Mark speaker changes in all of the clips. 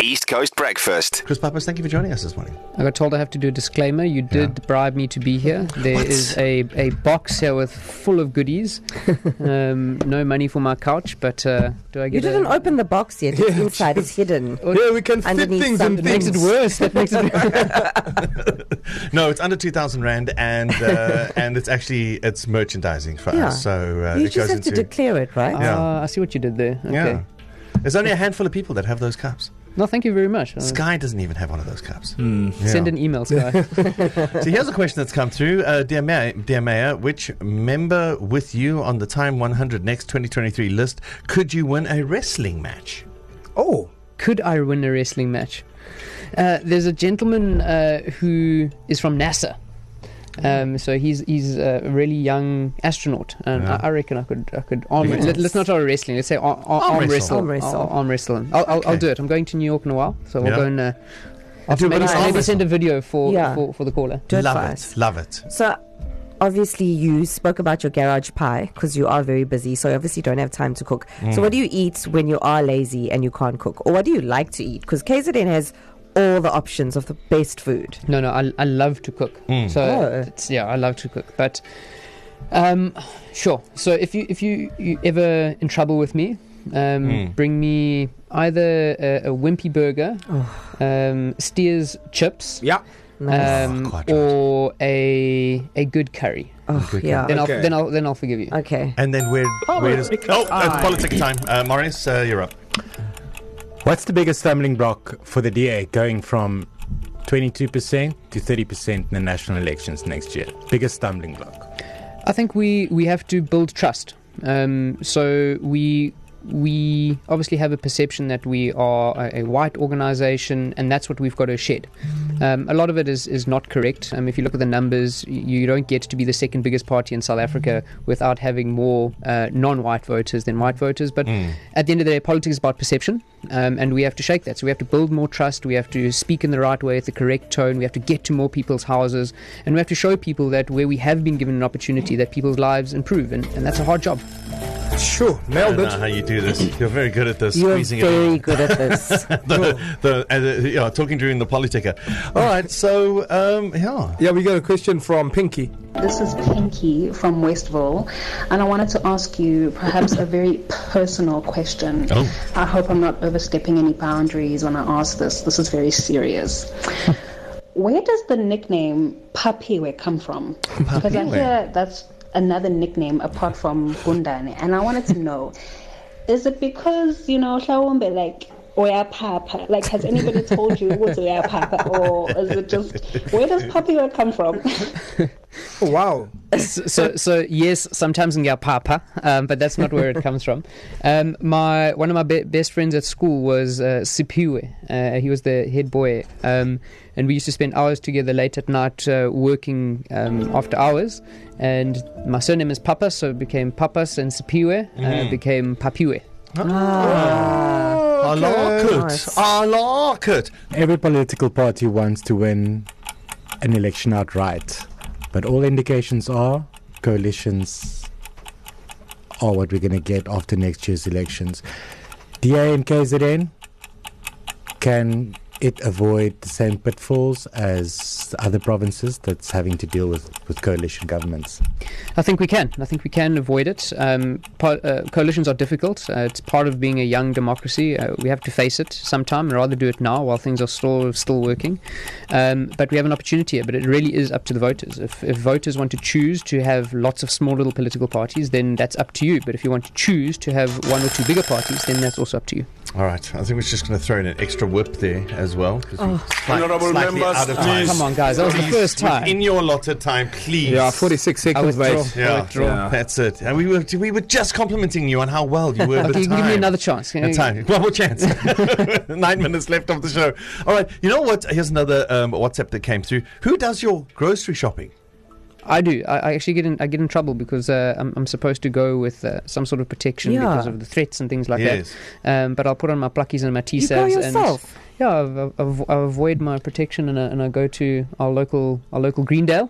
Speaker 1: East Coast Breakfast.
Speaker 2: Chris Pappas, thank you for joining us this morning.
Speaker 3: I got told I have to do a disclaimer. You did bribe me to be here. There
Speaker 2: What?
Speaker 3: is a, a box here with full of goodies. um, no money for my couch, but uh, do I
Speaker 4: You
Speaker 3: get
Speaker 4: didn't
Speaker 3: a...
Speaker 4: open the box yet. It's inside. It's hidden.
Speaker 5: Yeah, we can fit
Speaker 4: Underneath
Speaker 5: things and
Speaker 4: something.
Speaker 5: things.
Speaker 3: Makes it worse. That makes it worse.
Speaker 2: No, it's under two thousand rand, and uh, and it's actually it's merchandising for
Speaker 4: Yeah.
Speaker 2: us. So uh, it
Speaker 4: you just
Speaker 2: goes
Speaker 4: have to
Speaker 2: into
Speaker 4: declare it, right?
Speaker 2: Yeah.
Speaker 3: Ah, I see what you did there. Okay.
Speaker 2: yeah. There's only a handful of people that have those cups.
Speaker 3: No, thank you very much. Uh,
Speaker 2: Sky doesn't even have one of those cups.
Speaker 4: Hmm.
Speaker 3: Send
Speaker 2: Yeah.
Speaker 3: an email, Sky.
Speaker 2: So here's a question that's come through, uh, dear, Mayor, dear Mayor. Which member with you on the Time 100 Next 2023 list could you win a wrestling match?
Speaker 5: Oh,
Speaker 3: Could I win a wrestling match? Uh, there's a gentleman uh, who is from NASA. Um, so he's he's a really young astronaut, and I, I reckon I could I could arm.
Speaker 2: Yeah.
Speaker 3: Let, us not try wrestling. Let's say ar- ar- arm,
Speaker 2: Arm wrestle.
Speaker 3: wrestle.
Speaker 4: Arm wrestle.
Speaker 3: I'll, I'll arm wrestle. I'll, I'll, I'll
Speaker 2: Okay.
Speaker 3: do it. I'm going to New York in a while, so we'll
Speaker 2: Yeah.
Speaker 3: go and uh,
Speaker 2: do a
Speaker 3: maybe,
Speaker 2: bit of arm
Speaker 3: maybe
Speaker 2: wrestle.
Speaker 3: send a video for,
Speaker 4: Yeah.
Speaker 3: for for the caller.
Speaker 4: Do it
Speaker 2: Love
Speaker 4: for
Speaker 2: it.
Speaker 4: us.
Speaker 2: Love it.
Speaker 4: So, obviously, you spoke about your garage pie because you are very busy. So, you obviously, don't have time to cook. So, what do you eat when you are lazy and you can't cook, or what do you like to eat? Because KZN has all the options of the best food.
Speaker 3: No, no, I, I love to cook.
Speaker 5: Hmm.
Speaker 3: So
Speaker 4: Oh.
Speaker 3: it's, yeah, I love to cook. But um, sure. So if you if you, you ever in trouble with me, um,
Speaker 5: Hmm.
Speaker 2: Mm.
Speaker 3: bring me either a, a wimpy burger, um, Steers chips,
Speaker 5: yeah.
Speaker 3: um,
Speaker 2: Oh, quite right.
Speaker 3: or a a good curry.
Speaker 4: Oh,
Speaker 2: Good
Speaker 4: yeah.
Speaker 3: Then I'll
Speaker 5: Okay.
Speaker 3: then I'll then I'll forgive you.
Speaker 4: Okay.
Speaker 2: And then where, where does... Oh, it's
Speaker 3: I-
Speaker 2: politic time. Uh, Maurice, uh, you're up.
Speaker 6: What's the biggest stumbling block for the DA going from 22% to 30% in the national elections next year? Biggest stumbling block.
Speaker 3: I think we, we have to build trust. Um, so we we obviously have a perception that we are a, a white organization, and that's what we've got to shed. Um, a lot of it is, is not correct. Um, if you look at the numbers, y- you don't get to be the second biggest party in South Africa without having more uh, non white voters than white voters. But at the end of the day, politics is about perception, um, and we have to shake that. So we have to build more trust, we have to speak in the right way, at the correct tone, we have to get to more people's houses, and we have to show people that where we have been given an opportunity, that people's lives improve, and, and that's a hard job.
Speaker 5: Sure,
Speaker 2: I
Speaker 5: nailed
Speaker 2: don't know
Speaker 5: it.
Speaker 2: how you do this. You're very good at this.
Speaker 4: You're
Speaker 2: squeezing it in.
Speaker 4: very good at this.
Speaker 2: the, the, and, uh, yeah, talking during the politica. All right, so um, yeah,
Speaker 5: Yeah, we got a question from Pinky.
Speaker 7: This is Pinky from Westville, and I wanted to ask you perhaps a very personal question.
Speaker 2: Oh.
Speaker 7: I hope I'm not overstepping any boundaries when I ask this. This is very serious. Where does the nickname Papiwe come from? Because I
Speaker 2: Papiwe.
Speaker 7: hear that's another nickname apart from Gundane, and I wanted to know is it because, you know, Shawombe, like, Oya Papa? Like, has anybody told you it was Oya Papa? Or is it just, where does Papiwe come from?
Speaker 5: Oh, wow.
Speaker 3: so, so yes, sometimes in Papa, um, but that's not where it comes from. Um, my one of my be- best friends at school was uh, Sipiwe. Uh, he was the head boy, um, and we used to spend hours together late at night uh, working um, after hours. And my surname is Papa, so it became Papas, and Sipiwe uh, became Papiwe.
Speaker 2: I like Oh, it.
Speaker 4: Nice.
Speaker 2: I like it.
Speaker 6: Every political party wants to win an election outright, but all indications are coalitions are what we're going to get after next year's elections. DA and KZN, can it avoid the same pitfalls as other provinces that's having to deal with, with coalition governments?
Speaker 3: I think we can. I think we can avoid it. Um, po- uh, coalitions are difficult. Uh, it's part of being a young democracy. Uh, we have to face it sometime. I'd rather do it now while things are still still working. Um, but we have an opportunity here. But it really is up to the voters. If, if voters want to choose to have lots of small little political parties, then that's up to you. But if you want to choose to have one or two bigger parties, then that's also up to you.
Speaker 2: All right, I think we're just going to throw in an extra whip there as well. 'cause we're slight-
Speaker 5: Honourable
Speaker 2: slightly
Speaker 5: members,
Speaker 2: out of time.
Speaker 3: Come on, guys. That was the first
Speaker 2: In
Speaker 3: time.
Speaker 2: your allotted time, please.
Speaker 5: Yeah, 46
Speaker 3: I
Speaker 5: seconds,
Speaker 3: withdraw.
Speaker 5: mate.
Speaker 3: I
Speaker 2: Yeah,
Speaker 3: withdraw.
Speaker 5: Yeah.
Speaker 2: that's it. And we were we were just complimenting you on how well you were. with
Speaker 3: Okay, give
Speaker 2: time.
Speaker 3: me another chance.
Speaker 2: And time. One more chance. Nine minutes left of the show. All right. You know what? Here's another um, WhatsApp that came through. Who does your grocery shopping?
Speaker 3: I do. I, I actually get in. I get in trouble because uh, I'm, I'm supposed to go with uh, some sort of protection
Speaker 4: Yeah.
Speaker 3: because of the threats and things like
Speaker 2: Yes.
Speaker 3: that. Um, but I'll put on my pluckies and my T
Speaker 4: You go
Speaker 3: cells and
Speaker 4: yourself.
Speaker 3: yeah, I avoid my protection and I, and I go to our local our local Greendale.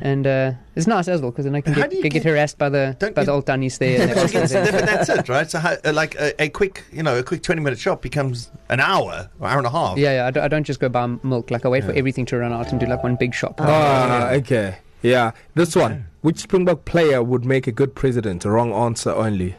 Speaker 3: and uh, it's nice as well because then I can
Speaker 2: How
Speaker 3: get,
Speaker 2: do you
Speaker 3: get,
Speaker 2: get-
Speaker 3: harassed by the
Speaker 2: Don't
Speaker 3: by
Speaker 2: you-
Speaker 3: the old dunnies there. and
Speaker 2: Well,
Speaker 3: that sort of
Speaker 2: it's-
Speaker 3: thing.
Speaker 2: but that's it, right? So, how, uh, like a, a quick, you know, a quick twenty-minute shop becomes an hour, or hour and a half.
Speaker 3: yeah, yeah. I don't, I don't just go buy milk. Like I wait for everything to run out and do like one big shop.
Speaker 5: Ah, okay. Yeah, this one. Which Springbok player would make a good president? Wrong answer only.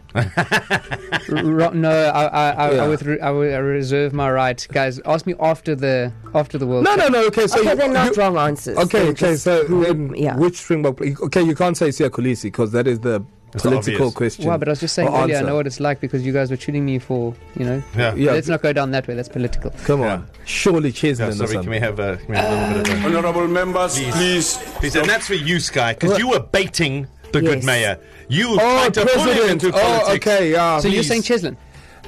Speaker 3: Ro- no, I I, I,
Speaker 5: Yeah.
Speaker 3: I, withre- I wi- I reserve my right, guys. Ask me after the after the World.
Speaker 5: No,
Speaker 3: Cup.
Speaker 5: no, no. Okay, so
Speaker 4: okay,
Speaker 5: you-
Speaker 4: they're not
Speaker 5: you-
Speaker 4: wrong answers.
Speaker 5: Okay,
Speaker 4: They're
Speaker 5: okay.
Speaker 4: just
Speaker 5: So
Speaker 4: who-
Speaker 5: then,
Speaker 4: yeah.
Speaker 5: which Springbok? pla- Okay, you can't say Sia Kolisi because that is the
Speaker 2: It's
Speaker 5: political
Speaker 2: obvious.
Speaker 5: question.
Speaker 3: Wow, but I was just saying
Speaker 5: or
Speaker 3: earlier, I
Speaker 5: answer.
Speaker 3: know what it's like because you guys were shooting me for, you know.
Speaker 2: yeah.
Speaker 5: Yeah,
Speaker 3: Let's not go down that way. That's political.
Speaker 5: come on.
Speaker 2: Yeah.
Speaker 5: Surely
Speaker 2: Yeah,
Speaker 5: Chesney or
Speaker 2: sorry, can we
Speaker 5: something.
Speaker 2: have, uh, can we have a little bit of a...
Speaker 1: Honorable members, please.
Speaker 2: Please, and that's for you, Sky, because you were baiting the good
Speaker 4: Yes.
Speaker 2: mayor. You were
Speaker 5: Oh,
Speaker 2: trying to pull him
Speaker 5: president.
Speaker 2: into politics.
Speaker 5: Oh, okay. Yeah.
Speaker 3: So you're
Speaker 5: please.
Speaker 3: saying Cheslin?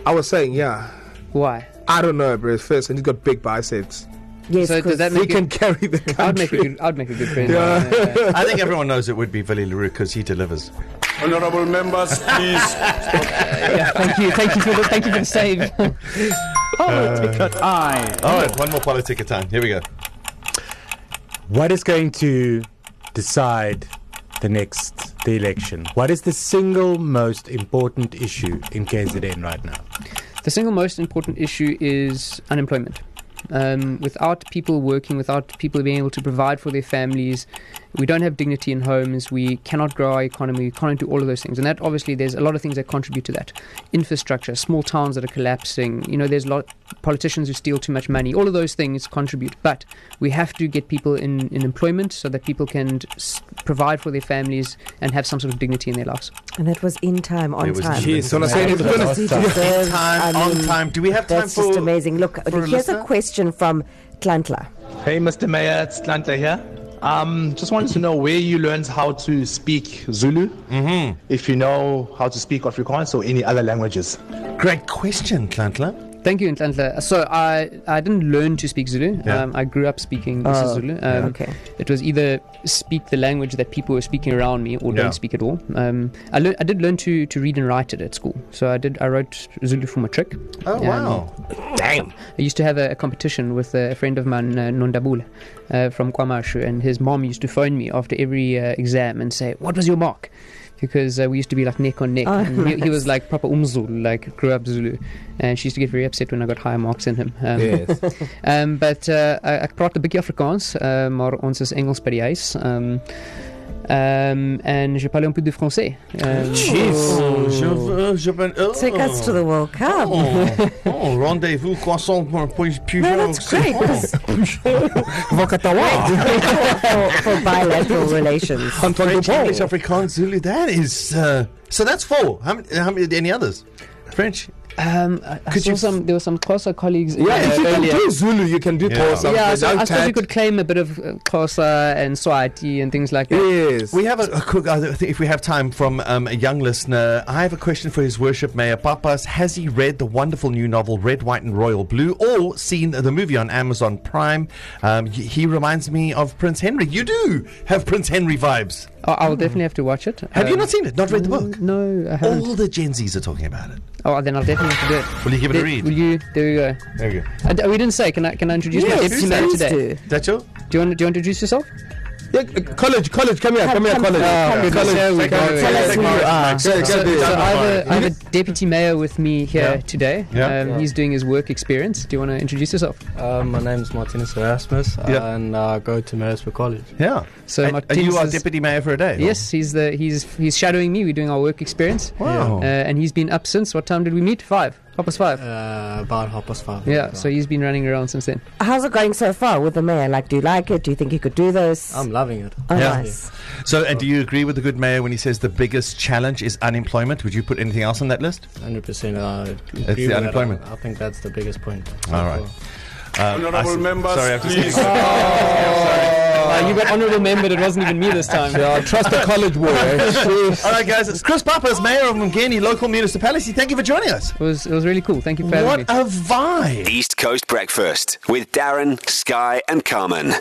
Speaker 5: I was saying, yeah.
Speaker 3: Why?
Speaker 5: I don't know, bro. First, and he's got big biceps.
Speaker 4: yes,
Speaker 3: so does
Speaker 4: 'cause
Speaker 3: that
Speaker 5: He
Speaker 3: make
Speaker 5: can carry the
Speaker 3: I'd make a
Speaker 5: country.
Speaker 3: good. I'd make a good friend.
Speaker 5: Yeah.
Speaker 2: I think everyone knows it would be Vili LaRue because he delivers.
Speaker 1: Honorable members, please.
Speaker 3: Yeah, Thank you. Thank you for the. Thank you for the save.
Speaker 8: Oh.
Speaker 2: All right, one more politic at a time. Here we go.
Speaker 6: What is going to decide the next the election? What is the single most important issue in KZN right now?
Speaker 3: The single most important issue is unemployment. Um, without people working, without people being able to provide for their families, we don't have dignity in homes, we cannot grow our economy, we can't do all of those things. And that obviously, there's a lot of things that contribute to that infrastructure, small towns that are collapsing, you know, there's a lot politicians who steal too much money, all of those things contribute. But we have to get people in, in employment so that people can s- provide for their families and have some sort of dignity in their lives.
Speaker 4: and that was in time, on
Speaker 2: It was
Speaker 4: time.
Speaker 5: Jeez, when I say
Speaker 6: That's
Speaker 5: it's gonna-
Speaker 6: awesome.
Speaker 4: He deserves- I
Speaker 2: Time, on
Speaker 4: mean,
Speaker 2: time. Do we have time
Speaker 4: That's
Speaker 2: for...
Speaker 4: just amazing. Look,
Speaker 2: for a
Speaker 4: here's a
Speaker 2: listener?
Speaker 4: question from Tlantla.
Speaker 8: Hey, Mr. Mayor, it's Tlanta here. Um, just wanted to know where you learned how to speak Zulu, mm-hmm. if you know how to speak Afrikaans or any other languages.
Speaker 2: Great question, Tlantla.
Speaker 3: Thank you, Ntlantla. So I I didn't learn to speak Zulu.
Speaker 2: Yeah.
Speaker 3: Um, I grew up speaking
Speaker 4: Oh,
Speaker 3: Zulu. Um,
Speaker 4: okay.
Speaker 3: It was either speak the language that people were speaking around me, or
Speaker 2: Yeah.
Speaker 3: don't speak at all. Um, I learned I did learn to, to read and write it at school. So I did I wrote Zulu for my trick.
Speaker 2: Oh,
Speaker 3: Um,
Speaker 2: wow.
Speaker 3: I used to have a, a competition with a friend of mine, uh, Nondabula, uh, from Kwamashu, and his mom used to phone me after every uh, exam and say, "What was your mark?" Because uh, we used to be like neck on neck.
Speaker 4: Oh,
Speaker 3: and he, he
Speaker 4: nice.
Speaker 3: was like proper umzulu, like grew up Zulu, and she used to get very upset when I got higher marks than him. Um,
Speaker 5: Yes.
Speaker 3: Ehm but uh, ek ek praat 'n bietjie Afrikaans, uh, maar ons is Engels by die huis. Ehm ehm en je parle un peu de français. Ehm
Speaker 2: Oh, je- je- je- oh.
Speaker 4: Take us to the World Cup.
Speaker 2: Oh, oh, rendezvous croissant pour Peugeot.
Speaker 4: No, that's great. That's for, for bilateral relations.
Speaker 5: Antoine
Speaker 2: French,
Speaker 5: Dupont.
Speaker 2: English, Afrikaans, Zulu. That is uh, so. That's four. How many? How many? Any others? French.
Speaker 3: um, I, I
Speaker 2: Could
Speaker 3: saw
Speaker 2: you-
Speaker 3: some there were some Xhosa colleagues
Speaker 5: Yeah, if you
Speaker 3: uh,
Speaker 5: can
Speaker 3: earlier.
Speaker 5: do Zulu, you can do
Speaker 2: Yeah.
Speaker 5: Xhosa.
Speaker 3: Yeah, so I suppose
Speaker 5: Without
Speaker 3: we could claim a bit of uh, Xhosa and Swati and things like that.
Speaker 5: Yes.
Speaker 2: We have a, a quick. I think if we have time from um, a young listener, I have a question for His Worship Mayor Papas. Has he read the wonderful new novel Red, White, and Royal Blue, or seen the movie on Amazon Prime? Um, he, he reminds me of Prince Henry. You do have Prince Henry vibes.
Speaker 3: I- I'll definitely have to watch it.
Speaker 2: Have you
Speaker 3: Um,
Speaker 2: not seen it? Not read the book?
Speaker 3: No, I haven't.
Speaker 2: All the Gen Zs are talking about it.
Speaker 3: Oh, then I'll definitely have to do it.
Speaker 2: Will you give it a
Speaker 3: There-
Speaker 2: read?
Speaker 3: Will you? There you go.
Speaker 2: There you go.
Speaker 3: I Uh, d we didn't say. Can I? Can I introduce my
Speaker 5: Yes,
Speaker 3: deputy mayor
Speaker 4: Please
Speaker 3: today?
Speaker 4: do.
Speaker 2: That's all.
Speaker 3: Do you want? Do you want to introduce yourself?
Speaker 5: Yeah, uh, college, college, come here, come, here, college.
Speaker 3: come
Speaker 5: college.
Speaker 3: here, we go.
Speaker 5: College.
Speaker 4: Tell us
Speaker 5: Take
Speaker 4: who
Speaker 5: my-
Speaker 4: you are.
Speaker 5: Yeah, yeah,
Speaker 3: So,
Speaker 5: yeah.
Speaker 3: so I, have a, I have a deputy mayor with me here
Speaker 9: Yeah.
Speaker 3: today.
Speaker 2: Yeah.
Speaker 3: Um, He's doing his work experience. Do you want to introduce yourself?
Speaker 9: Uh, my name is Martinus Erasmus,
Speaker 2: Yeah.
Speaker 9: and I go to Marisburg College.
Speaker 2: Yeah.
Speaker 3: So
Speaker 2: and, and
Speaker 3: Martinez
Speaker 2: you are
Speaker 3: is-
Speaker 2: deputy mayor for a day. or-
Speaker 3: Yes, he's the he's he's shadowing me. We're doing our work experience.
Speaker 2: Wow.
Speaker 3: Uh, and he's been up since. What time did we meet? Five. Half past five.
Speaker 9: Uh, about half past five.
Speaker 3: yeah. So he's been running around since then.
Speaker 4: How's it going so far with the mayor? Like, do you like it? Do you think you could do this?
Speaker 9: I'm loving it.
Speaker 4: oh,
Speaker 2: Um, Yeah.
Speaker 4: nice.
Speaker 2: So, and do you agree with the good mayor when he says the biggest challenge is unemployment? Would you put anything else on that list?
Speaker 9: 100%. Uh, agree
Speaker 2: the
Speaker 9: with that.
Speaker 2: unemployment.
Speaker 9: I, I think that's the biggest point.
Speaker 2: All right. Um, I
Speaker 1: Honorable
Speaker 2: see-
Speaker 1: members,
Speaker 2: sorry, I've just-
Speaker 1: please.
Speaker 3: you got honourable member. It wasn't even me this time.
Speaker 5: Yeah, trust the college boy. eh?
Speaker 2: All right, guys, it's Chris Papas, Mayor of Mungeni Local Municipality. Thank you for joining us.
Speaker 3: It was it was really cool. Thank you for having
Speaker 2: What
Speaker 3: me.
Speaker 2: a vibe!
Speaker 10: East Coast Breakfast with Darren, Sky, and Carmen.